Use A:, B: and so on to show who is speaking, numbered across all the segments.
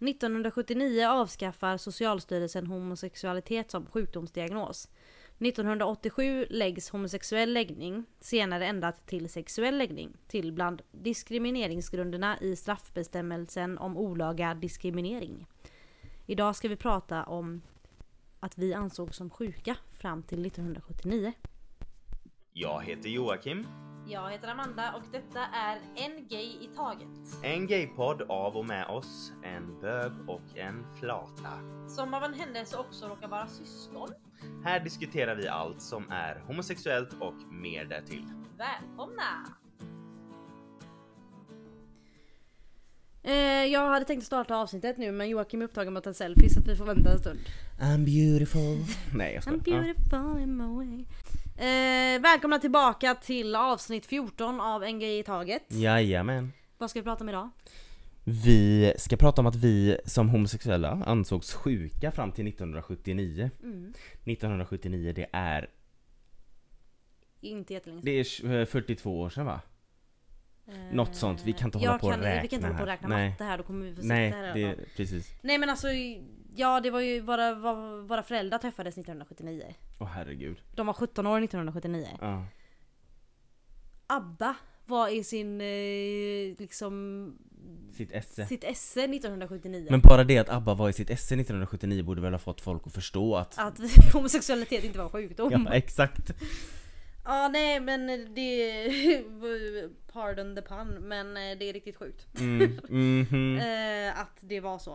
A: 1979 avskaffar Socialstyrelsen homosexualitet som sjukdomsdiagnos. 1987 läggs homosexuell läggning, senare ändrat till sexuell läggning, till bland diskrimineringsgrunderna i straffbestämmelsen om olaga diskriminering. Idag ska vi prata om att vi ansågs som sjuka fram till 1979.
B: Jag heter Joakim.
A: Jag heter Amanda och detta är En Gay i Taget.
B: En gaypodd av och med oss, en bög och en flata.
A: Som av en händelse också råkar vara syskon.
B: Här diskuterar vi allt som är homosexuellt och mer därtill.
A: Välkomna! Eh, jag hade tänkt starta avsnittet nu men Joakim är upptagen med att ta selfies så att vi får vänta en stund.
B: I'm beautiful. Nej jag skojar.
A: I'm beautiful in my way. Eh, välkomna tillbaka till avsnitt 14 av En Grej i Taget.
B: Ja. Jajamän.
A: Vad ska vi prata om idag?
B: Vi ska prata om att vi som homosexuella ansågs sjuka fram till 1979.
A: Mm.
B: 1979 det är,
A: Inte jättelänge
B: det är tj- eh, 42 år sedan va? Något sånt, vi kan inte hålla
A: Eh, jag
B: på och
A: kan,
B: räkna
A: Vi kan inte hålla på och
B: här.
A: räkna
B: Nej.
A: matte här, då kommer vi få sitta
B: Nej,
A: här.
B: det,
A: och-
B: precis.
A: Nej men alltså, ja det var ju våra, våra- våra föräldrar träffades 1979.
B: Åh herregud.
A: De var 17 år 1979.
B: Ja.
A: ABBA var i sin, eh, liksom,
B: Sitt esse.
A: sitt esse 1979.
B: Men bara det att ABBA var i sitt esse 1979 borde väl ha fått folk att förstå att...
A: Att homosexualitet inte var en sjukdom.
B: Ja, exakt.
A: Ja nej men det... Pardon the pun men eh, det är riktigt sjukt.
B: Mm, mhm.
A: Eh, att det var så.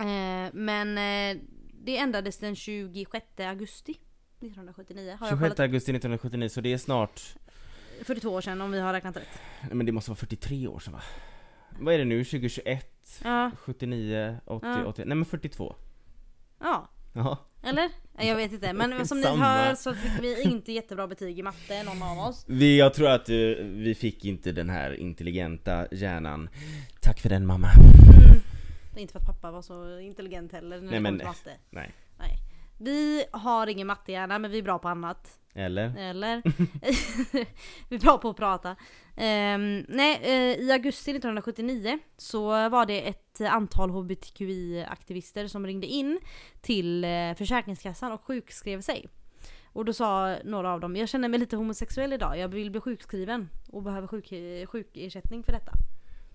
A: Eh, men eh, det ändrades den 26 augusti 1979. Har jag
B: 26
A: kollat
B: augusti 1979, så det är snart...
A: 42 år sedan om vi har räknat rätt.
B: Nej, men det måste vara 43 år sedan va? Vad är det nu? 2021?
A: Ja.
B: 79, 80,
A: Ja.
B: 80? Nej men 42.
A: ja.
B: Ja.
A: Eller? Nej, Jag vet inte men som ni
B: Samma.
A: hör så fick vi inte jättebra betyg i matte någon av oss.
B: Vi, jag tror att eh, vi fick inte den här intelligenta hjärnan. Tack för den mamma.
A: Inte för att pappa var så intelligent heller när
B: Nej,
A: det
B: men-
A: kom till matte.
B: Nej.
A: Nej. Vi har ingen mattehjärna men vi är bra på annat.
B: Eller?
A: Eller? vi är bra på att prata. Ehm, nej, eh, i augusti 1979 så var det ett antal hbtqi-aktivister som ringde in till eh, Försäkringskassan och sjukskrev sig. Och då sa några av dem, jag känner mig lite homosexuell idag, jag vill bli sjukskriven och behöver sjuk- sjukersättning för detta.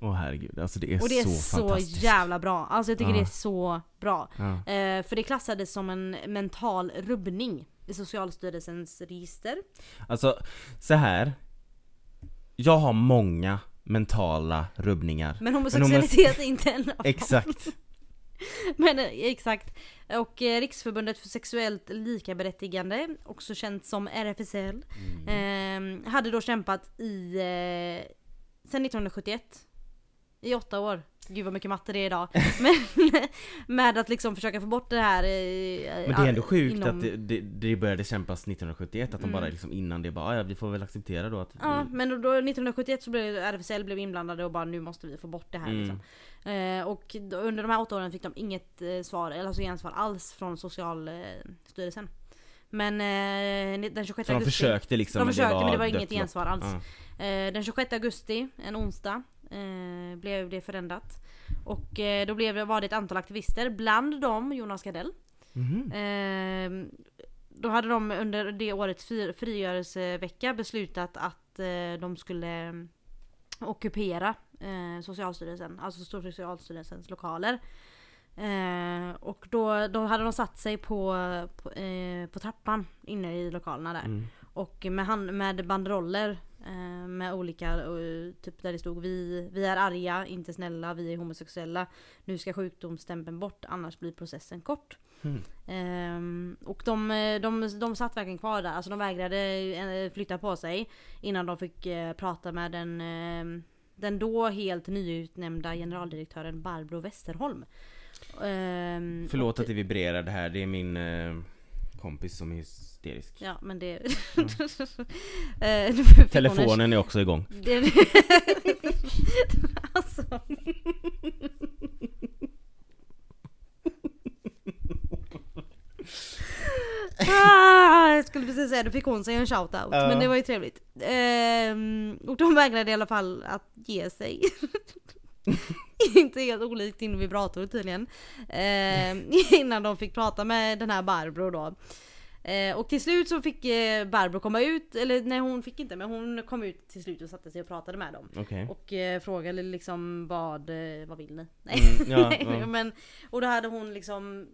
B: Åh herregud, alltså det är,
A: Och det är
B: så,
A: så,
B: fantastiskt.
A: jävla bra, alltså jag tycker
B: Ja.
A: det är så bra.
B: Ja.
A: Eh, för det klassades som en mental rubbning i Socialstyrelsens register.
B: Alltså, så här. Jag har många mentala rubbningar.
A: Men homosexualitet är inte en av dem.
B: Exakt.
A: Men eh, exakt. Och eh, Riksförbundet för sexuellt likaberättigande, också känt som RFSL,
B: Mm.
A: eh, hade då kämpat i... Eh, sen 1971. I åtta år. Gud vad mycket matte det är idag. Men med att liksom försöka få bort det här... eh,
B: Men det är ändå sjukt att det, det, det började kämpas 1971, att de bara liksom innan det bara "Ah, ja, vi får väl acceptera då att
A: Mm. Ja men då, då 1971 så blev RFSL blev inblandade och bara nu måste vi få bort det här
B: Mm.
A: liksom. eh, Och då, under de här åtta åren fick de inget eh, svar, eller alltså gensvar alls från Socialstyrelsen. Men eh, den 26
B: Så de
A: augusti.
B: försökte liksom
A: de försökte, men det var inget
B: dött lopp.
A: gensvar alls.
B: Ja.
A: Eh, den 26 augusti, en onsdag, eh, blev det förändrat. Och eh, då blev det, var det ett antal aktivister, bland dem Jonas Gardell. Mm.
B: Mhm.
A: Ehm, då hade de under det årets fri- frigörelsevecka beslutat att eh, de skulle eh, ockupera eh, Socialstyrelsen, alltså Stor- Socialstyrelsens lokaler. Eh, och då, då hade de satt sig på, på, eh, på trappan inne i lokalerna där.
B: Mm.
A: Och med, hand, med banderoller eh, med olika, eh, typ där det stod vi, vi är arga, inte snälla, vi är homosexuella. Nu ska sjukdomsstämpeln bort, annars blir processen kort.
B: Mm.
A: Ehm, och de, eh, de, de satt verkligen kvar där, alltså de vägrade eh, flytta på sig innan de fick eh, prata med den, eh, den då helt nyutnämnda generaldirektören Barbro Westerholm. Ehm,
B: Mm. Förlåt att det vibrerar det här, det är min eh, kompis som är hysterisk.
A: Ja men det... Eh, nu fick hon en-
B: Mm. Telefonen är också igång.
A: Det... alltså. ah, jag skulle precis säga, då fick hon sig en shoutout.
B: Ja.
A: Men det var ju trevligt. Ehm, och de vägrade i alla fall att ge sig. inte helt olikt din vibrator tydligen. Eh, innan de fick prata med den här Barbro då. Eh, och till slut så fick eh, Barbro komma ut, eller nej hon fick inte men hon kom ut till slut och satte sig och pratade med dem.
B: Okej.
A: Och eh, frågade liksom vad, eh, vad vill ni? Nej,
B: Mm, ja,
A: nej
B: ja.
A: men och då hade hon liksom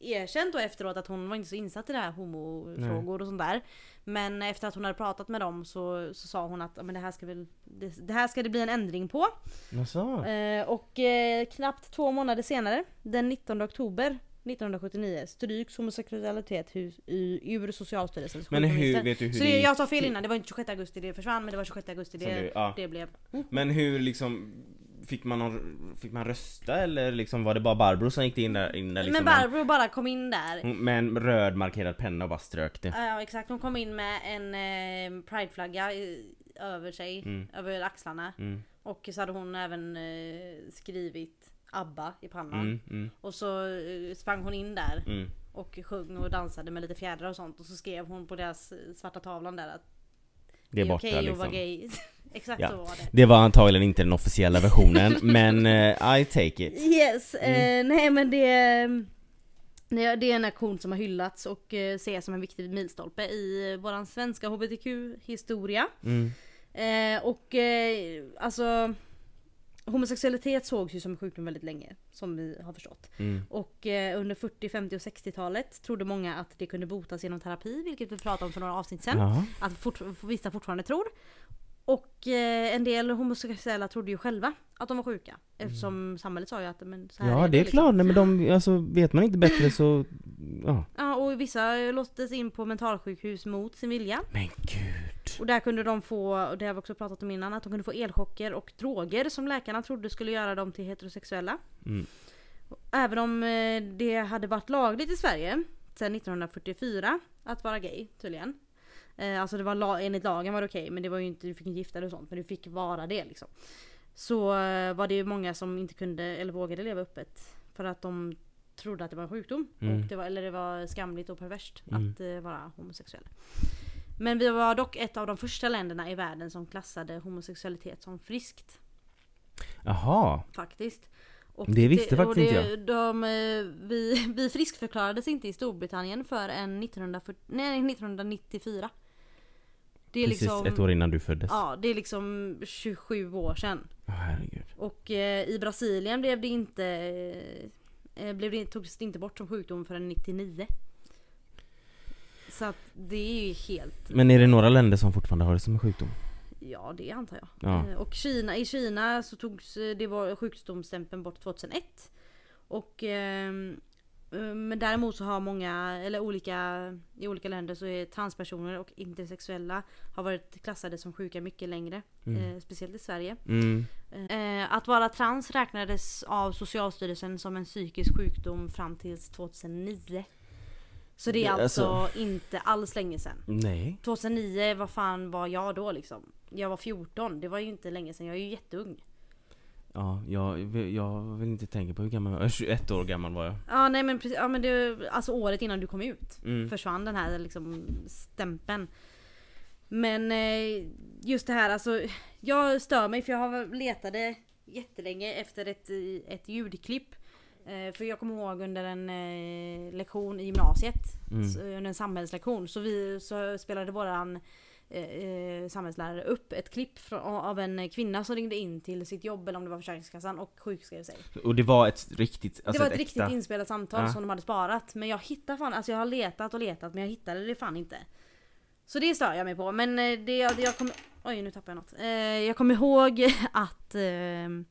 A: erkänt då efteråt att hon var inte så insatt i det här homofrågor och sånt där. Men efter att hon hade pratat med dem så, så sa hon att "Ja, men det, här ska väl, det, det här ska det bli en ändring på.
B: Jaså?
A: Eh, och eh, knappt två månader senare, den 19 oktober 1979, stryks homosexualitet hu- i- ur Socialstyrelsens
B: Men hur-
A: sjukdomsregister.
B: vet du hur
A: Så
B: det
A: det,
B: gick
A: jag sa fel innan, det var inte 26 augusti det försvann men det var 26 augusti
B: Som
A: det,
B: du- ja.
A: det blev.
B: Men hur liksom Fick man, någon, fick man rösta eller liksom var det bara Barbro som gick in där? In där liksom
A: men Barbro bara kom in där.
B: Hon- Mm, Med en röd markerad penna och bara strök det.
A: Ja exakt, hon kom in med en eh, prideflagga i- över sig, över axlarna.
B: Mm.
A: Och så hade hon även eh, skrivit ABBA i pannan.
B: Mm, mm,
A: Och så eh, sprang hon in där
B: mm.
A: och sjöng och dansade med lite fjädrar och sånt. Och så skrev hon på deras eh, svarta tavlan där att
B: Det är borta
A: okej att vara
B: liksom.
A: gay. exakt
B: Ja.
A: så var det.
B: Det var antagligen inte den officiella versionen men eh, I take it.
A: Yes,
B: Mm.
A: eh, nej men det... nej, Det är en aktion som har hyllats och eh, ses som en viktig milstolpe i eh, våran svenska HBTQ-historia.
B: Mm.
A: Eh, och eh, alltså Homosexualitet sågs ju som en sjukdom väldigt länge som vi har förstått.
B: Mm.
A: Och eh, under 40, 50 och 60-talet trodde många att det kunde botas genom terapi vilket vi pratade om för några avsnitt sedan.
B: Jaha.
A: Att fort, vissa fortfarande tror. Och eh, en del homosexuella trodde ju själva att de var sjuka. Eftersom samhället sa ju att men, så här
B: Mm. Ja det är
A: liksom.
B: klart, nej men de, alltså vet man inte bättre så, ja.
A: Ja, och vissa eh, låstes in på mentalsjukhus mot sin vilja.
B: Men gud.
A: Och där kunde de få, och det har vi också pratat om innan, att de kunde få elchocker och droger som läkarna trodde skulle göra dem till heterosexuella.
B: Mm.
A: Även om eh, det hade varit lagligt i Sverige sedan 1944 att vara gay tydligen. Eh, Alltså det var la- enligt lagen var det okej men det var ju inte, du fick inte gifta dig och sånt men du fick vara det liksom. Så eh, var det ju många som inte kunde eller vågade leva öppet för att de trodde att det var en sjukdom.
B: Mm.
A: Och det var, eller det var skamligt och perverst
B: Mm.
A: att eh, vara homosexuell. Men vi var dock ett av de första länderna i världen som klassade homosexualitet som friskt
B: Jaha.
A: faktiskt. Och
B: Det visste faktiskt
A: och
B: inte
A: De, eh, vi, vi friskförklarades inte i Storbritannien förrän 1940, nej, 1994. Det är
B: Precis
A: liksom,
B: ett år innan du föddes. Ja.
A: Ja, det är liksom 27 år sedan.
B: herregud.
A: Och eh, i Brasilien blev det inte... Eh, blev det, togs det inte bort som sjukdom förrän 99. Så att det är ju helt...
B: Men är det några länder som fortfarande har det som en sjukdom?
A: Ja, det antar jag.
B: Ja.
A: Eh, Och Kina, i Kina så togs eh, det var sjukdomsstämpeln bort 2001. Och ehm, eh, men däremot så har många, eller olika, i olika länder så är transpersoner och intersexuella har varit klassade som sjuka mycket längre. Eh, speciellt i Sverige.
B: Mm.
A: Eh, att vara trans räknades av Socialstyrelsen som en psykisk sjukdom fram till 2009. Så det är
B: Det-
A: alltså,
B: alltså-
A: inte alls länge sedan.
B: Nej.
A: 2009, vad fan var jag då liksom? Jag var 14, det var ju inte länge sedan, jag är ju jätteung.
B: Ja, jag, jag vill inte tänka på hur gammal jag var. 21 år gammal var jag.
A: Ja nej men precis, ja, men det, alltså året innan du kom ut
B: Mm.
A: försvann den här liksom stämpeln. Men eh, just det här alltså, jag stör mig för jag har letade jättelänge efter ett, eh, ett ljudklipp. Eh, För jag kommer ihåg under en eh, lektion i gymnasiet,
B: Mm.
A: s- under en samhällslektion, så, vi, så spelade våran eh, eh, samhällslärare upp ett klipp från, av en kvinna som ringde in till sitt jobb eller om det var Försäkringskassan och sjukskrev sig.
B: Och det var Alltså ett riktigt, alltså
A: det var ett,
B: äkta-
A: riktigt inspelat samtal
B: Ja.
A: som de hade sparat. Men jag hittade fan, alltså jag har letat och letat men jag hittade det fan inte. Så det stör jag mig på. Men eh, det jag, jag kommer... Oj nu tappade jag något. Eh, jag kommer ihåg att... Eh,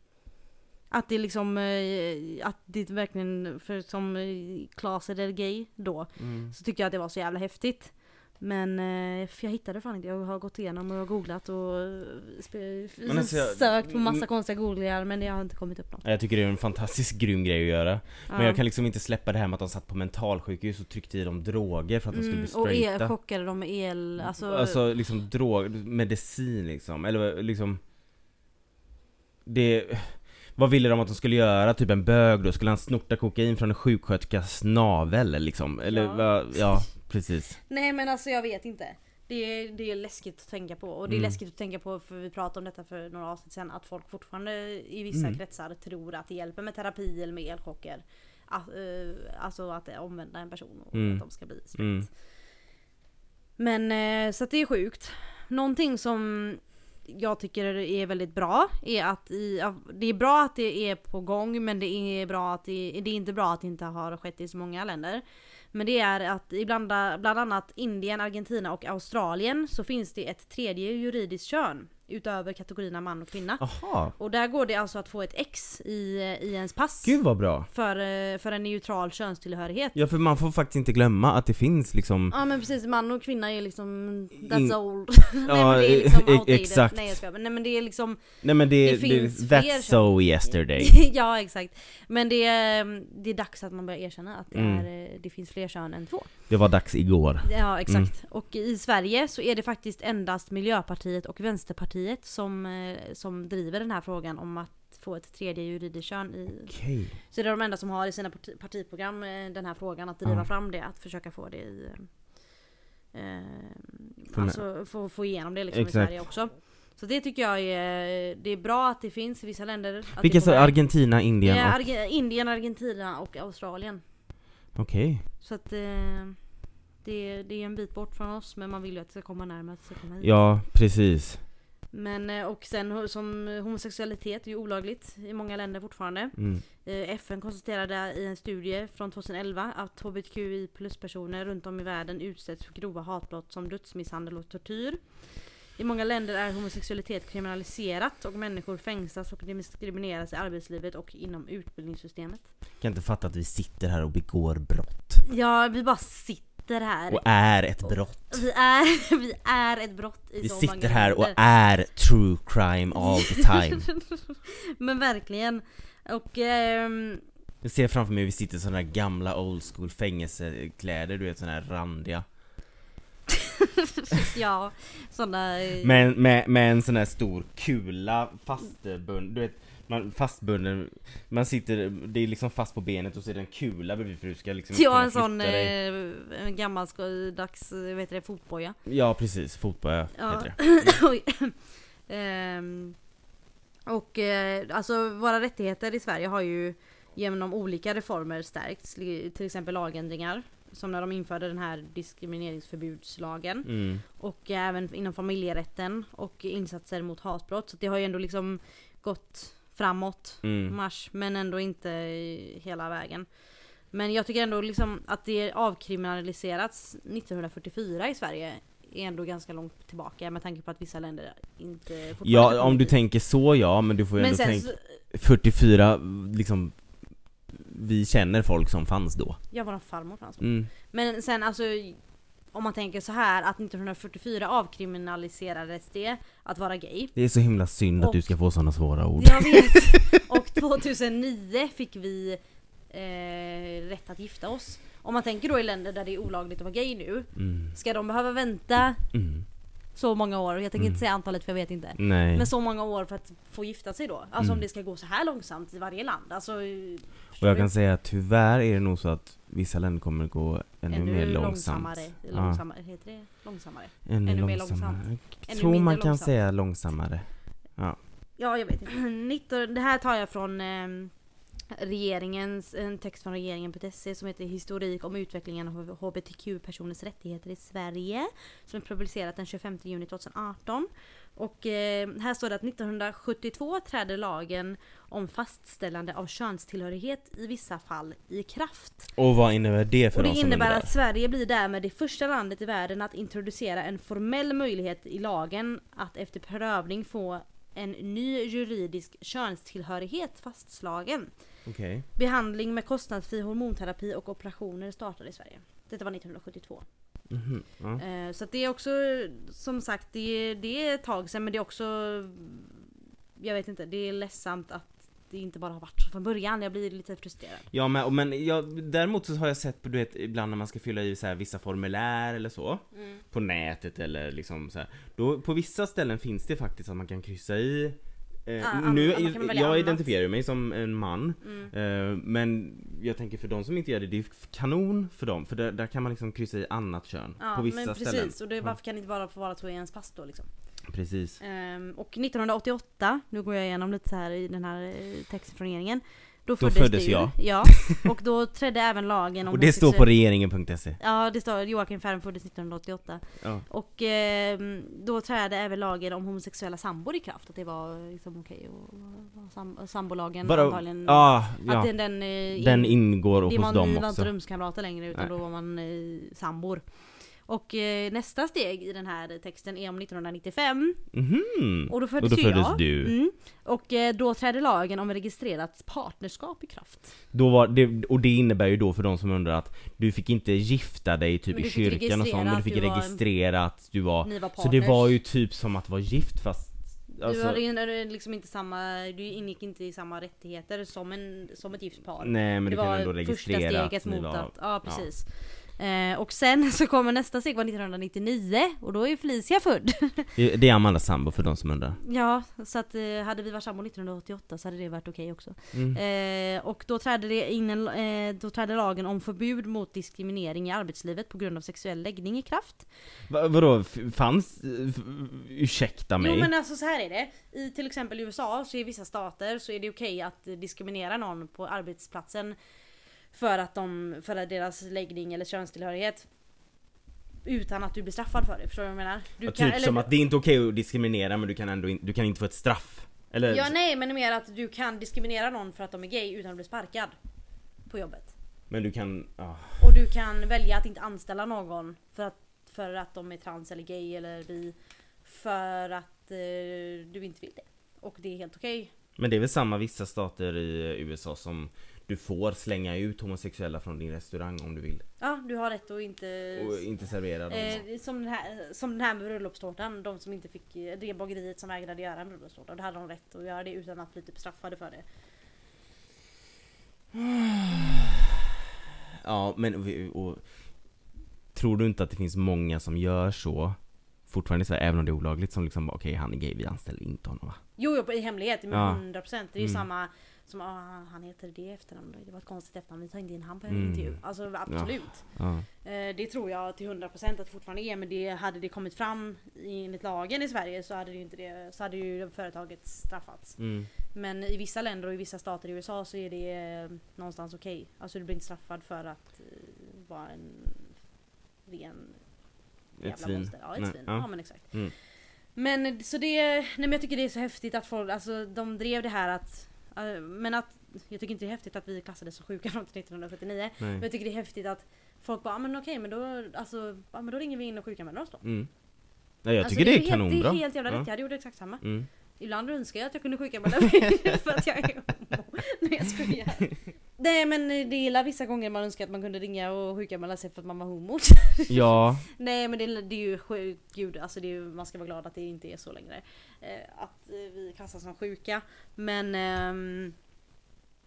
A: att det liksom... Eh, att det verkligen... För som eh, Klas är gay då.
B: Mm.
A: Så tyckte jag att det var så jävla häftigt. Men eh, för jag hittade fan inte. Jag har gått igenom och jag har googlat och eh, spe,
B: Men alltså, jag-
A: sökt på massa konstiga googlingar men det har inte kommit upp något.
B: Ja, Jag tycker det är en fantastiskt grym grej att göra. Men
A: Ja.
B: jag kan liksom inte släppa det här med att de satt på mentalsjukhus och tryckte i dem droger för att de skulle bli
A: Mm, och
B: straighta.
A: el, chockade dem med el, alltså,
B: Alltså liksom drog, medicin liksom, eller liksom Det Vad ville de att de skulle göra? Typ en bög då? Skulle han snorta kokain från en sjuksköterskas navel liksom? Eller
A: Ja.
B: vad, ja precis
A: Nej men alltså jag vet inte. Det är, det är läskigt att tänka på och det är
B: Mm.
A: läskigt att tänka på för vi pratade om detta för några avsnitt sedan att folk fortfarande i vissa
B: Mm.
A: kretsar tror att det hjälper med terapi eller med elchocker. Att, eh, alltså att eh, omvända en person och
B: Mm.
A: att de ska bli slut.
B: Mm.
A: Men eh, så att det är sjukt. Någonting som jag tycker är väldigt bra är att i, ja, det är bra att det är på gång men det är, bra att det, det är inte bra att det inte har skett i så många länder. Men det är att i bland, bland annat Indien, Argentina och Australien så finns det ett tredje juridiskt kön utöver kategorierna man och kvinna.
B: Aha,
A: Och där går det alltså att få ett X i, i ens pass
B: gud vad bra!
A: för, eh, för en neutral könstillhörighet.
B: Ja för man får faktiskt inte glömma att det finns liksom
A: Ja men precis, man och kvinna är liksom
B: In-
A: that's old. Nej,
B: Ja,
A: men det är
B: e- e-
A: liksom outdated.
B: exakt.
A: Nej jag skojar. Men Nej men det är liksom,
B: Nej men det,
A: Det
B: det,
A: finns fler
B: that's
A: som-
B: so yesterday
A: ja exakt. Men det är, mm, det är dags att man börjar erkänna att det,
B: Mm.
A: är, eh, det finns fler kön än två.
B: Det var dags igår
A: Ja exakt.
B: mm.
A: Och i Sverige så är det faktiskt endast Miljöpartiet och Vänsterpartiet som, eh, som driver den här frågan om att få ett tredje juridiskt kön i...
B: Okej
A: Så det är de enda som har i sina parti, partiprogram eh, den här frågan, att driva
B: Ja.
A: fram det, att försöka få det i... Eh,
B: För-
A: alltså få, få igenom det liksom i
B: Exakt.
A: Sverige också. Så det tycker jag är, det är bra att det finns i vissa länder. att det är
B: Vilka
A: på
B: sa
A: väg.
B: Argentina,
A: Det
B: Indien
A: är
B: och...
A: Arge- Indien, Argentina och Australien.
B: Okej
A: Så att eh, det, det är en bit bort från oss men man vill ju att det ska komma närmare att det ska komma hit.
B: Ja, precis
A: Men eh, och sen ho- som homosexualitet är ju olagligt i många länder fortfarande.
B: mm.
A: Eh, FN konstaterade i en studie från 2011 att hbtqi plus-personer runt om i världen utsätts för grova hatbrott som dödsmisshandel och tortyr. I många länder är homosexualitet kriminaliserat och människor fängslas och diskrimineras i arbetslivet och inom utbildningssystemet.
B: Kan inte fatta att vi sitter här och begår brott
A: Ja, vi bara sitter här.
B: Och är ett brott
A: Vi är, vi är ett brott i
B: Vi
A: så
B: sitter
A: många
B: här och
A: länder.
B: är true crime all the time
A: Men verkligen. Och ehm,
B: Jag ser framför mig hur vi sitter i sådana här gamla old school fängelsekläder, du vet sådana här randiga
A: ja, sådana... eh,
B: Men med, med en sån här stor kula fastbunden, du vet man fastbunden, man sitter, det är liksom fast på benet och så är det en kula bredvid för du ska liksom
A: Ja
B: kunna
A: en sån
B: flytta dig.
A: eh, en gammal dags, eh, vad heter det, fotboja.
B: Ja precis, fotboja
A: Ja.
B: heter det. Mm.
A: Oj. Ehm, och eh, alltså våra rättigheter i Sverige har ju genom olika reformer stärkts. li- Till exempel lagändringar. Som när de införde den här diskrimineringsförbudslagen.
B: Mm.
A: Och eh, även inom familjerätten och insatser mot hatbrott. Så det har ju ändå liksom gått framåt
B: Mm.
A: marsch men ändå inte i- hela vägen. Men jag tycker ändå liksom att det avkriminaliserats 1944 i Sverige är ändå ganska långt tillbaka med tanke på att vissa länder inte fortfarande
B: Ja
A: kommit
B: om du
A: dit.
B: tänker så ja, men du får ju
A: Men
B: ändå
A: sen
B: tänka,
A: så,
B: 44, liksom vi känner folk som fanns då.
A: jag var en farmor fanns.
B: Mm.
A: Men sen alltså om man tänker så här att 1944 avkriminaliserades det att vara gay.
B: Det är så himla synd att
A: Och-
B: du ska få sådana svåra ord.
A: Jag vet! Och 2009 fick vi eh, rätt att gifta oss. Om man tänker då i länder där det är olagligt att vara gay nu.
B: Mm.
A: Ska de behöva vänta
B: Mm.
A: så många år? Jag tänker
B: Mm.
A: inte säga antalet för jag vet inte.
B: Nej.
A: Men så många år för att få gifta sig då? Alltså
B: Mm.
A: om det ska gå så här långsamt i varje land? Alltså,
B: Och jag kan säga att tyvärr är det nog så att vissa länder kommer gå ännu, mer långsamt.
A: långsammare.
B: Ja,
A: långsammare. Heter det långsammare?
B: ännu,
A: ännu mer
B: långsammare. Jag
A: Ännu
B: tror man
A: mindre
B: kan
A: långsamt.
B: säga långsammare.
A: Ja, jag vet inte. 19, det här tar jag från ehm, regeringens, en text från regeringen på SE som heter Historik om utvecklingen av hbtq-personers rättigheter i Sverige. Som är publicerat den 25 juni 2018. Och eh, här står det att 1972 trädde lagen om fastställande av könstillhörighet i vissa fall i kraft.
B: Och vad innebär det för
A: Och det
B: de som
A: innebär
B: undrar?
A: att Sverige blir därmed det första landet i världen att introducera en formell möjlighet i lagen att efter prövning få en ny juridisk könstillhörighet fastslagen.
B: Okej.
A: Behandling med kostnadsfri hormonterapi och operationer startade i Sverige. Detta var 1972.
B: Mhm, ja.
A: Eh, Så att det är också, som sagt, det är, det är ett tag sedan men det är också... Jag vet inte, det är ledsamt att det inte bara har varit så från början. Jag blir lite frustrerad.
B: Ja men, och men jag, däremot så har jag sett på du vet ibland när man ska fylla i så här vissa formulär eller så
A: Mm.
B: På nätet eller liksom så här. Då På vissa ställen finns det faktiskt att man kan kryssa i eh,
A: Ja, an-
B: nu,
A: Ah, man kan välja
B: jag
A: annat. Mm.
B: identifierar ju mig som en man eh, Men jag tänker för de som inte gör det, det är ju kanon för dem. För där, där kan man liksom kryssa i annat kön.
A: Ja,
B: på vissa
A: men precis.
B: ställen.
A: Och det, varför kan det inte bara få vara två i ens pass då liksom?
B: Precis.
A: Ehm, och 1988, nu går jag igenom lite så här i den här eh, texten från regeringen. Då
B: Då
A: föddes,
B: föddes
A: det ju.
B: jag.
A: Ja, och då trädde även lagen om
B: Och det står på
A: homosexuell-
B: regeringen.se.
A: Ja, det står Joakim Färm föddes 1988.
B: Ja.
A: Och ehm, då trädde även lagen om homosexuella sambor i kraft. Att det var liksom okej och, och sam, och sambolagen
B: Vadå?
A: antagligen.
B: Ah,
A: Att
B: ja.
A: den, den, eh,
B: Den
A: in-
B: ingår
A: det
B: hos
A: man,
B: dem
A: vi var inte
B: också.
A: rumskamrater längre utan då
B: Nej.
A: var man eh, sambor. Och eh, nästa steg i den här texten är om 1995
B: Mhm.
A: och då föddes,
B: Och då
A: ju
B: föddes
A: jag.
B: du.
A: Mm. Och eh, då trädde lagen om registrerat partnerskap i kraft.
B: Då var det, och det innebär ju då för de som undrar att du fick inte gifta dig typ
A: Men
B: i
A: du fick
B: kyrkan och
A: registrera
B: sånt, men du
A: att
B: fick
A: du var en-
B: registrera att du var...
A: Ni var
B: Så det
A: partners.
B: var ju typ som att vara gift fast...
A: du,
B: Alltså,
A: hade, ju- hade liksom inte samma, du ingick inte i samma rättigheter som, en, som ett gift par.
B: nej men
A: det
B: du kan ändå
A: var första
B: registrera
A: steget
B: att ni
A: mot
B: var...
A: att, ja precis. Eh, och sen så kommer nästa steg var 1999 och då är Felicia född.
B: Det det är Amandas sambo för de som undrar.
A: Ja, så att eh, hade vi varit sambo 1988 så hade det varit okej också.
B: Mm.
A: Eh, och då trädde, det in en, eh, då trädde lagen om förbud mot diskriminering i arbetslivet på grund av sexuell läggning i kraft.
B: Va, vadå, f- fanns... f- Ursäkta mig?
A: Jo men alltså så här är det. I till exempel USA så i vissa stater så är det okej att eh, diskriminera någon på arbetsplatsen för att de, för att deras läggning eller könstillhörighet. Utan att du blir straffad för det, förstår du vad jag menar? Du
B: ja, typ
A: eller-
B: som att det är inte okej att diskriminera men du kan ändå in, du kan inte få ett straff. Eller?
A: Ja nej men mer att du kan diskriminera någon för att de är gay utan att bli sparkad. På jobbet.
B: Men du kan... ah.
A: Och du kan välja att inte anställa någon för att, för att de är trans eller gay eller bi. För att eh, du inte vill det. Och det är helt okej.
B: Men det är väl samma vissa stater i USA som du får slänga ut homosexuella från din restaurang om du vill.
A: Ja du har rätt att inte...
B: Och inte servera dem.
A: Eh, som, den här, som den här med bröllopstårtan, de som inte fick, eh, det bageriet som vägrade göra en bröllopstårta, då hade de rätt att göra det utan att bli typ straffade för det.
B: Ja, men vi- och, tror du inte att det finns många som gör så fortfarande i Sverige, även om det är olagligt, som liksom bara, okej han är gay, vi anställer inte honom va?
A: Jo, jo i hemlighet, men
B: Ja.
A: 100 procent. Det är ju
B: Mm.
A: samma som ah, han heter det i efternamn, det var ett konstigt efternamn, vi tar inte in han på en
B: Mm.
A: intervju. Alltså absolut.
B: Ja.
A: Eh, det tror jag till 100 procent att det fortfarande är, men det, hade det kommit fram enligt lagen i Sverige så hade, det ju inte det, så hade ju företaget straffats.
B: Mm.
A: Men i vissa länder och i vissa stater i USA så är det eh, någonstans okej. Alltså du blir inte straffad för att eh, vara en ren
B: Ett
A: jävla
B: svin.
A: monster. Ja, ett
B: Nej,
A: svin.
B: ja.
A: Ja. men exakt.
B: Mm.
A: Men eh, så det, nej men jag tycker det är så häftigt att folk, alltså de drev det här att, eh, men att, jag tycker inte det är häftigt att vi klassades som sjuka fram till 1979. Men
B: Nej.
A: jag tycker det är häftigt att folk bara, ah, men okej men då, alltså, ah, men då ringer vi in och sjukanmäler oss då.
B: Mm. Nej, jag
A: alltså,
B: tycker det är,
A: helt-
B: kanonbra.
A: Det är helt jävla
B: Ja.
A: rätt, jag hade gjort exakt samma.
B: Mm.
A: Ibland önskar jag att jag kunde sjukanmäla mig för att jag är homo. Nej jag skojar. Nej men det är illa vissa gånger man önskar att man kunde ringa och sjukanmäla sig för att man var homo.
B: ja,
A: Nej men det, det är ju sjukt, gud alltså det är, ju- man ska vara glad att det inte är så längre. Eh, att eh, vi klassas som sjuka. Men ehm,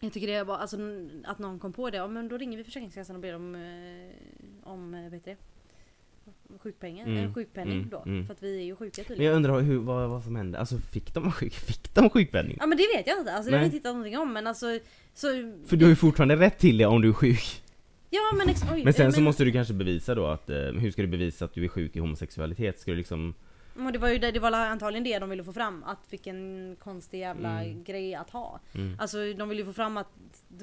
A: jag tycker det är bara, alltså n- att någon kom på det, ja men då ringer vi Försäkringskassan och ber om, eh, om eh, vad heter det? Sjukpengen,
B: Mm,
A: eh, sjukpenning
B: mm,
A: då.
B: mm.
A: För att vi är ju sjuka
B: men
A: tydligen.
B: jag undrar hur, vad, vad som hände. Alltså fick de, sjuk, fick de sjukpenning?
A: Ja men det vet jag inte, alltså det har jag inte
B: Nej.
A: hittat någonting om men alltså så,
B: För du har ju fortfarande rätt till det om du är sjuk.
A: Ja men ex- oj,
B: Men sen så måste du kanske bevisa då att, eh, hur ska du bevisa att du är sjuk i homosexualitet? Ska du liksom...
A: men det var ju det, det var antagligen det de ville få fram, att vilken konstig jävla grej att ha.
B: Mm.
A: Alltså de vill ju få fram att,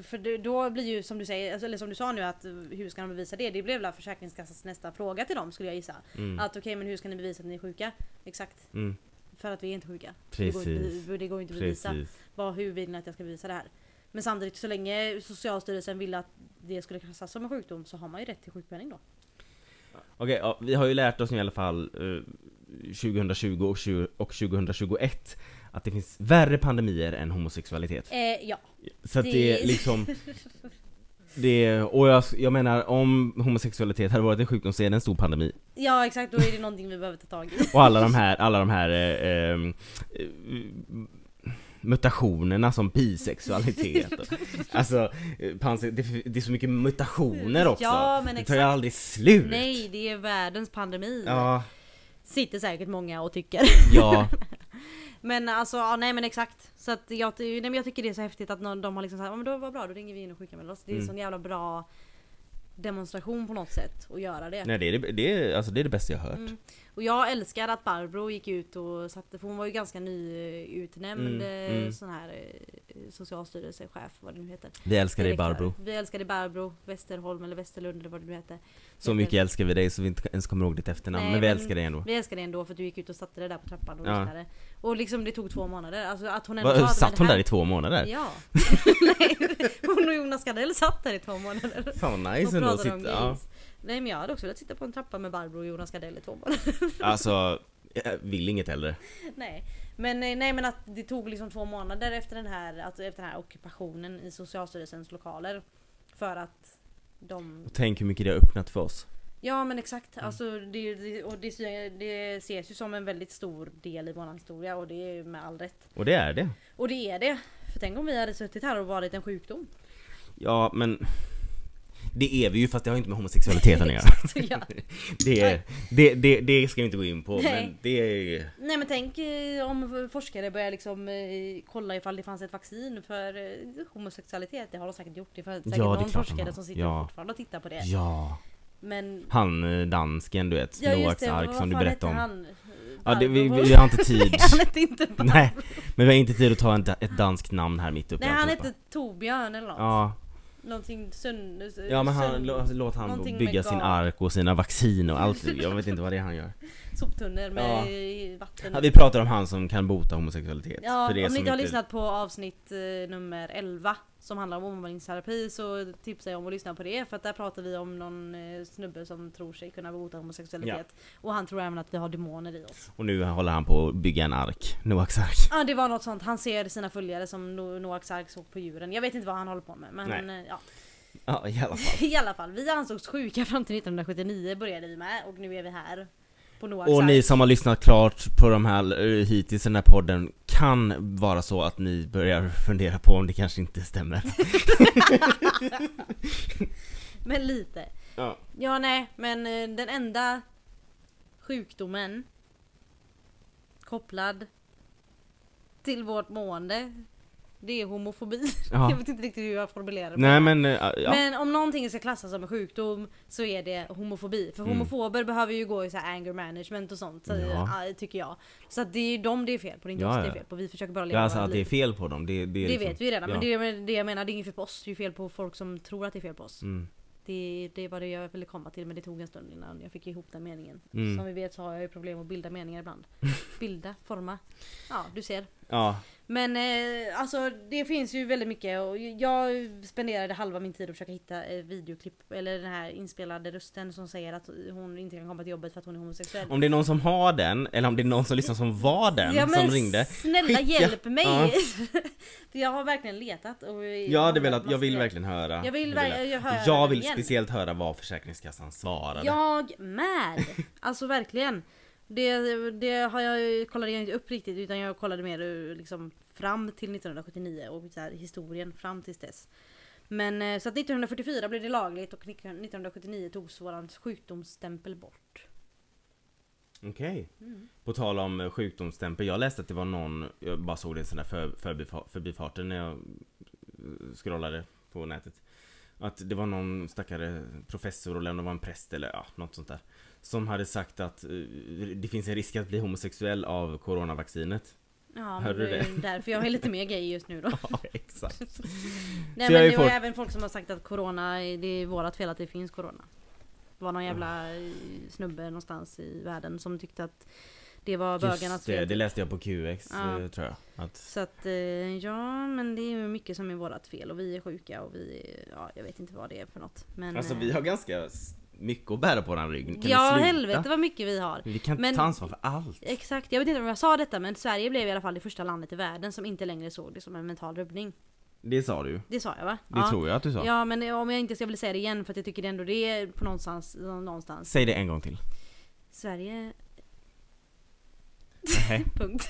A: för det- då blir ju som du säger, alltså, eller som du sa nu att eh, hur ska de bevisa det? Det blev väl Försäkringskassans nästa fråga till dem skulle jag gissa.
B: Mm.
A: Att okej men hur ska ni bevisa att ni är sjuka? Exakt,
B: Mm.
A: för att vi är inte sjuka. Det går
B: Precis.
A: inte, be- det går inte att bevisa.
B: Precis.
A: Vad, hur vill ni att jag ska bevisa det här? Men samtidigt så länge Socialstyrelsen ville att det skulle klassas som en sjukdom så har man ju rätt till sjukpenning då.
B: Okej, ja, vi har ju lärt oss nu i alla fall eh, 2020 och, 20, och 2021 att det finns värre pandemier än homosexualitet.
A: Eh, ja.
B: Så att
A: det-
B: det är liksom... Det är, och jag, jag menar, om homosexualitet hade varit en sjukdom så är det en stor pandemi.
A: Ja exakt, då är det någonting vi behöver ta tag i.
B: Och alla de här, alla de här eh, ehm, eh, mutationerna som bisexualitet och, Alltså, eh, panse- det, det är så mycket mutationer också.
A: Ja, men
B: det tar
A: exakt.
B: ju aldrig slut.
A: Nej, det är världens pandemi.
B: Ja,
A: Sitter säkert många och tycker.
B: ja.
A: Men alltså, ja, nej men exakt. Så att jag, nej, men jag tycker det är så häftigt att någon, de har liksom såhär, ja men då var bra, då ringer vi in och skickar med oss. Det är en
B: Mm.
A: sån jävla bra demonstration på något sätt att göra det.
B: Nej det är det, det, är, alltså, det är det bästa jag har hört.
A: Mm. Och jag älskar att Barbro gick ut och satte, för hon var ju ganska nyutnämnd
B: Mm,
A: mm,
B: mm.
A: sån här eh, socialstyrelsechef, vad det nu heter.
B: Vi älskar dig
A: Direktör.
B: Barbro.
A: Vi älskar dig Barbro, Västerholm eller Västerlund eller vad det nu heter.
B: Så mycket älskar vi dig så vi inte ens kommer ihåg ditt efternamn.
A: Nej,
B: men vi
A: men-
B: älskar dig ändå.
A: Vi älskar dig ändå för att du gick ut och satte dig där på trappan och
B: Ja.
A: lyssnade. Och liksom det tog två månader. Alltså att hon ändå
B: Va,
A: sa att,
B: satt
A: men
B: hon
A: det
B: där
A: här-
B: i två månader?
A: Ja. Nej, hon och Jonas Gardell satt där i två månader.
B: Fan vad
A: Och
B: nice ändå att
A: pratade om
B: sitta... Ja.
A: gays. Nej men jag hade också velat sitta på en trappa med Barbro och Jonas Gardell i två månader.
B: Alltså, jag vill inget heller.
A: Nej. Men, eh, nej men att det tog liksom två månader efter den här, alltså efter den här ockupationen i Socialstyrelsens lokaler. För att de...
B: Och tänk hur mycket det har öppnat för oss.
A: Ja men exakt. Alltså, det, är ju- det- och det, ser- det ses ju som en väldigt stor del i vår historia och det är ju med all rätt.
B: Och det är det.
A: Och det är det. För tänk om vi hade suttit här och varit en sjukdom.
B: Ja, men... Det är vi ju fast det har inte med homosexualiteten att göra.
A: ja.
B: Det, är- det, det, det ska vi inte gå in på,
A: Nej.
B: men det är...
A: Nej men tänk eh, om forskare börjar liksom eh, kolla ifall det fanns ett vaccin för eh, homosexualitet. Det har de säkert gjort. Det är för- säkert
B: det är
A: någon
B: klart de
A: forskare
B: har.
A: som sitter
B: Ja.
A: fortfarande och tittar på det.
B: Ja.
A: Men
B: Han eh, dansken du vet,
A: Ja just
B: Noaks
A: det,
B: ark
A: vad
B: som
A: fan
B: du
A: hette
B: berättade om.
A: han?
B: Ja, det, vi,
A: Barbro.
B: vi har inte tid.
A: Nej, han hette inte Barbro.
B: Nej, men vi har inte tid att ta en, da- ett danskt namn här mitt uppe
A: Nej
B: i
A: han
B: alltihopa.
A: hette Torbjörn eller något.
B: Ja,
A: Någonting sönd...
B: ja men han,
A: sönd-
B: lå- låt han
A: någonting
B: bygga
A: med
B: sin
A: gas.
B: ark och sina vaccin och allt. Jag vet inte vad det är han gör.
A: Soptunnor med vatten.
B: Ja, vi pratar om han som kan bota homosexualitet.
A: Ja,
B: för det är
A: om ni
B: som
A: inte har lyssnat på avsnitt eh, nummer 11 som handlar om omvandlingsterapi så tipsar jag om att lyssna på det för att där pratar vi om någon eh, snubbe som tror sig kunna bota homosexualitet. Och han tror även att vi har demoner i oss.
B: Och nu håller han på att bygga en ark, Noaks ark.
A: Ja det var något sånt, han ser sina följare som No- Noaks ark såg på djuren. Jag vet inte vad han håller på med men eh, ja.
B: Ja, i alla fall.
A: I alla fall, vi ansågs sjuka fram till 1979 började vi med och nu är vi här. På Noaks
B: Och
A: ark.
B: ni som har lyssnat klart på de här eh, hittills i den här podden kan vara så att ni börjar fundera på om det kanske inte stämmer.
A: Men lite.
B: Ja.
A: Ja nej, men eh, den enda sjukdomen kopplad till vårt mående det är homofobi.
B: Ja.
A: Jag vet inte riktigt hur jag formulerar det.
B: Nej men, eh, ja.
A: Men om någonting ska klassas som en sjukdom så är det homofobi.
B: Mm.
A: För homofober behöver ju gå i så här anger management och sånt, så,
B: Ja.
A: ja, tycker jag. Så att det är ju dem det är fel på, det är inte
B: Ja,
A: oss det
B: ja.
A: är fel på. Vi försöker bara leva
B: ja, alltså
A: våra
B: att det är
A: liv.
B: fel på dem, det, det, är
A: Det
B: liksom,
A: vet vi redan, men
B: ja.
A: det är det jag menar, det är inget fel på oss, det är ju fel på folk som tror att det är fel på oss.
B: Mm.
A: Det, det var det jag ville komma till men det tog en stund innan jag fick ihop den meningen.
B: Mm.
A: Som vi vet så har jag ju problem att bilda meningar ibland. Bilda, forma. Ja, du ser.
B: Ja,
A: Men eh, alltså det finns ju väldigt mycket och jag spenderade halva min tid att försöka hitta eh, videoklipp eller den här inspelade rösten som säger att hon inte kan komma till jobbet för att hon är homosexuell.
B: om det är någon som har den, eller om det är någon som lyssnar som var den
A: ja, men
B: som ringde
A: Snälla
B: Skicka.
A: hjälp mig!
B: Ja.
A: för jag har verkligen letat och...
B: Jag hade velat, jag vill verkligen höra
A: Jag vill
B: hur
A: ver-
B: det lät.
A: jag höra
B: jag
A: den
B: vill
A: igen.
B: speciellt höra vad Försäkringskassan svarade
A: Jag med! Alltså verkligen. Det, det har jag ju- kollade jag inte upp riktigt utan jag kollade mer ur, liksom, fram till 1979 och så här, historien fram tills dess. Men eh, så att 1944 blev det lagligt och 1979 togs våran sjukdomsstämpel bort.
B: Okej. På tal om eh, sjukdomsstämpel. Jag läste att det var någon, jag bara såg det i en sån där för, förbifa- förbifarten när jag eh, scrollade på nätet. Att det var någon stackare professor eller om det var en präst eller ja, något sånt där. Som hade sagt att eh, det finns en risk att bli homosexuell av coronavaccinet.
A: Ja, men
B: Hörde
A: det
B: du
A: är ju därför jag är lite mer gay just nu då.
B: Ja, exakt.
A: Nej
B: Så
A: men
B: jag är
A: det var ju
B: folk-
A: även folk som har sagt att corona, det är vårat fel att det finns corona. Det var någon jävla eh, snubbe någonstans i världen som tyckte att det var bögarnas
B: Just det,
A: fel.
B: det läste jag på QX
A: Ja.
B: eh, tror jag. Att,
A: Så att eh, ja, men det är ju mycket som är vårat fel och vi är sjuka och vi, är- ja jag vet inte vad det är för något. Men,
B: alltså
A: eh,
B: vi har ganska s- mycket att bära på den här ryggen. Kan
A: Ja
B: vi sluta?
A: helvete vad mycket vi har.
B: Vi kan inte
A: Men-
B: ta ansvar för allt.
A: Exakt, jag vet inte om jag sa detta men Sverige blev i alla fall det första landet i världen som inte längre såg det som en mental rubbning.
B: Det sa du ju.
A: Det sa jag va?
B: Det
A: ja.
B: tror jag att du sa.
A: Ja men eh, om jag inte ska vilja säga det igen för att jag tycker ändå det är på någonstans, någonstans.
B: Säg det en gång till.
A: Sverige,
B: Nej.
A: punkt.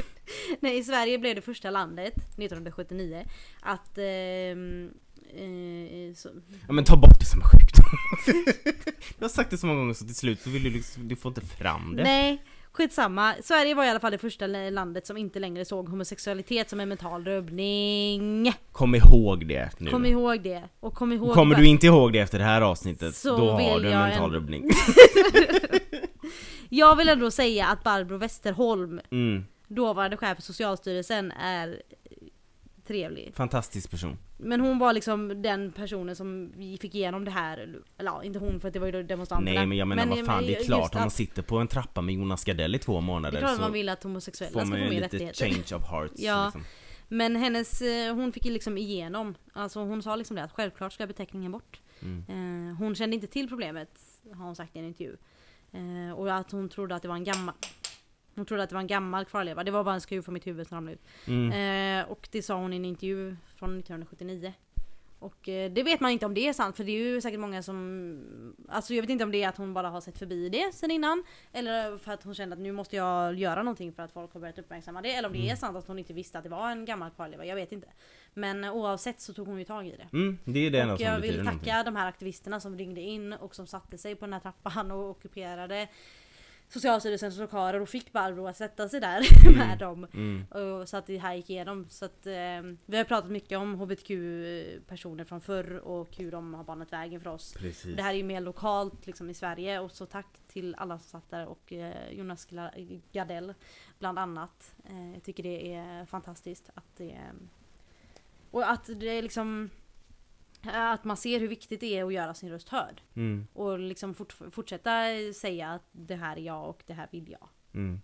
A: Nej, i Sverige blev det första landet 1979 att... ehm, eh, så,
B: Ja men ta bort det som en sjukdom. jag har sagt det så många gånger så till slut så vill du liksom, du får inte fram det.
A: nej, Skitsamma, Sverige var i alla fall det första landet som inte längre såg homosexualitet som en mental rubbning.
B: Kom ihåg det nu.
A: Kom ihåg det. Och kom ihåg
B: Kommer du inte ihåg det efter det här avsnittet,
A: Så
B: då har
A: vill
B: du en
A: jag
B: mental
A: en-
B: rubbning.
A: Jag vill ändå säga att Barbro Westerholm,
B: Mm.
A: dåvarande chef för Socialstyrelsen, är eh, trevlig.
B: Fantastisk person.
A: Men hon var liksom den personen som vi fick igenom det här. Eller ja, inte hon för att det var ju demonstranterna. eh,
B: Nej men jag menar vad fan, det är
A: just
B: klart om
A: att-
B: man sitter på en trappa med Jonas Gardell i två
A: Det är
B: månader
A: klart
B: så
A: man vill att
B: får
A: homosexuella ska
B: man
A: få
B: ju
A: mer
B: lite
A: rättigheter.
B: change of hearts.
A: Ja.
B: liksom.
A: Men hennes, eh, hon fick ju liksom igenom, alltså hon sa liksom det att självklart ska beteckningen bort.
B: Mm.
A: Eh, hon kände inte till problemet, har hon sagt i en intervju. Eh, och att hon trodde att det var en gammal hon trodde att det var en gammal kvarleva, det var bara en skruv från mitt huvud som ramlade ut.
B: Mm.
A: Eh, och det sa hon i en intervju från 1979. Och eh, det vet man inte om det är sant för det är ju säkert många som... Alltså jag vet inte om det är att hon bara har sett förbi det sen innan. Eller för att hon kände att nu måste jag göra någonting för att folk har börjat uppmärksamma det. Eller om det är sant att hon inte visste att det var en gammal kvarleva, jag vet inte. Men eh, oavsett så tog hon ju tag i det.
B: Mm, det är ju det enda
A: Och
B: som
A: jag
B: betyder
A: vill tacka
B: någonting.
A: de här aktivisterna som ringde in och som satte sig på den här trappan och ockuperade Socialstyrelsens lokaler och fick Barbro att sätta sig där med dem.
B: Mm.
A: Och så att det här gick igenom. Så att, eh, vi har pratat mycket om hbtq-personer från förr och hur de har banat vägen för oss.
B: Precis.
A: Det här är ju mer lokalt liksom, i Sverige och så tack till alla som satt där och eh, Jonas Gla- Gardell bland annat. Eh, jag tycker det är fantastiskt att det eh, och att det är liksom att man ser hur viktigt det är att göra sin röst hörd.
B: Mm,
A: Och liksom fort, fortsätta säga att det här är jag och det här vill jag.
B: mm.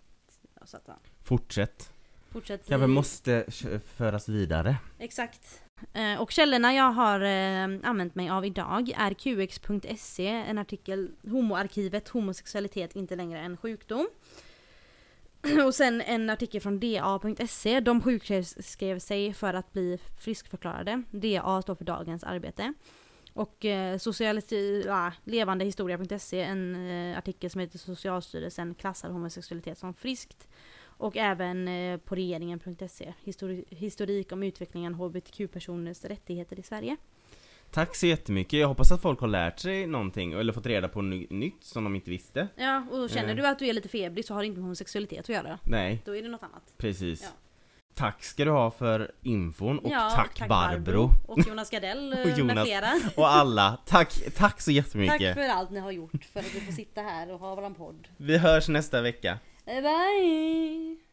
A: Så att, ja.
B: Fortsätt.
A: fortsätt.
B: Kanske måste kö- föras vidare.
A: Exakt. Eh, Och källorna jag har eh, använt mig av idag är qx.se, en artikel Homoarkivet, homosexualitet inte längre en sjukdom. Och sen en artikel från da.se, de sjukskrev sig för att bli friskförklarade. DA står för dagens arbete. Och eh, sociality, ah, levandehistoria.se, en eh, artikel som heter Socialstyrelsen klassar homosexualitet som friskt. Och även eh, på regeringen.se, E. histori- historik om utvecklingen av hbtq-personers rättigheter i Sverige.
B: Tack så jättemycket, jag hoppas att folk har lärt sig någonting eller fått reda på ny- nytt som de inte visste.
A: Ja, och känner
B: Eh.
A: du att du är lite febrig så har det inte med homosexualitet att göra.
B: Nej,
A: Då är det något annat.
B: precis.
A: Ja.
B: Tack ska du ha för infon och
A: Ja,
B: tack, Barbro.
A: Och Jonas Gardell eh,
B: Och Jonas.
A: med flera.
B: Och alla, tack, tack så jättemycket.
A: Tack för allt ni har gjort för att vi får sitta här och ha våran podd.
B: Vi hörs nästa vecka.
A: Bye bye!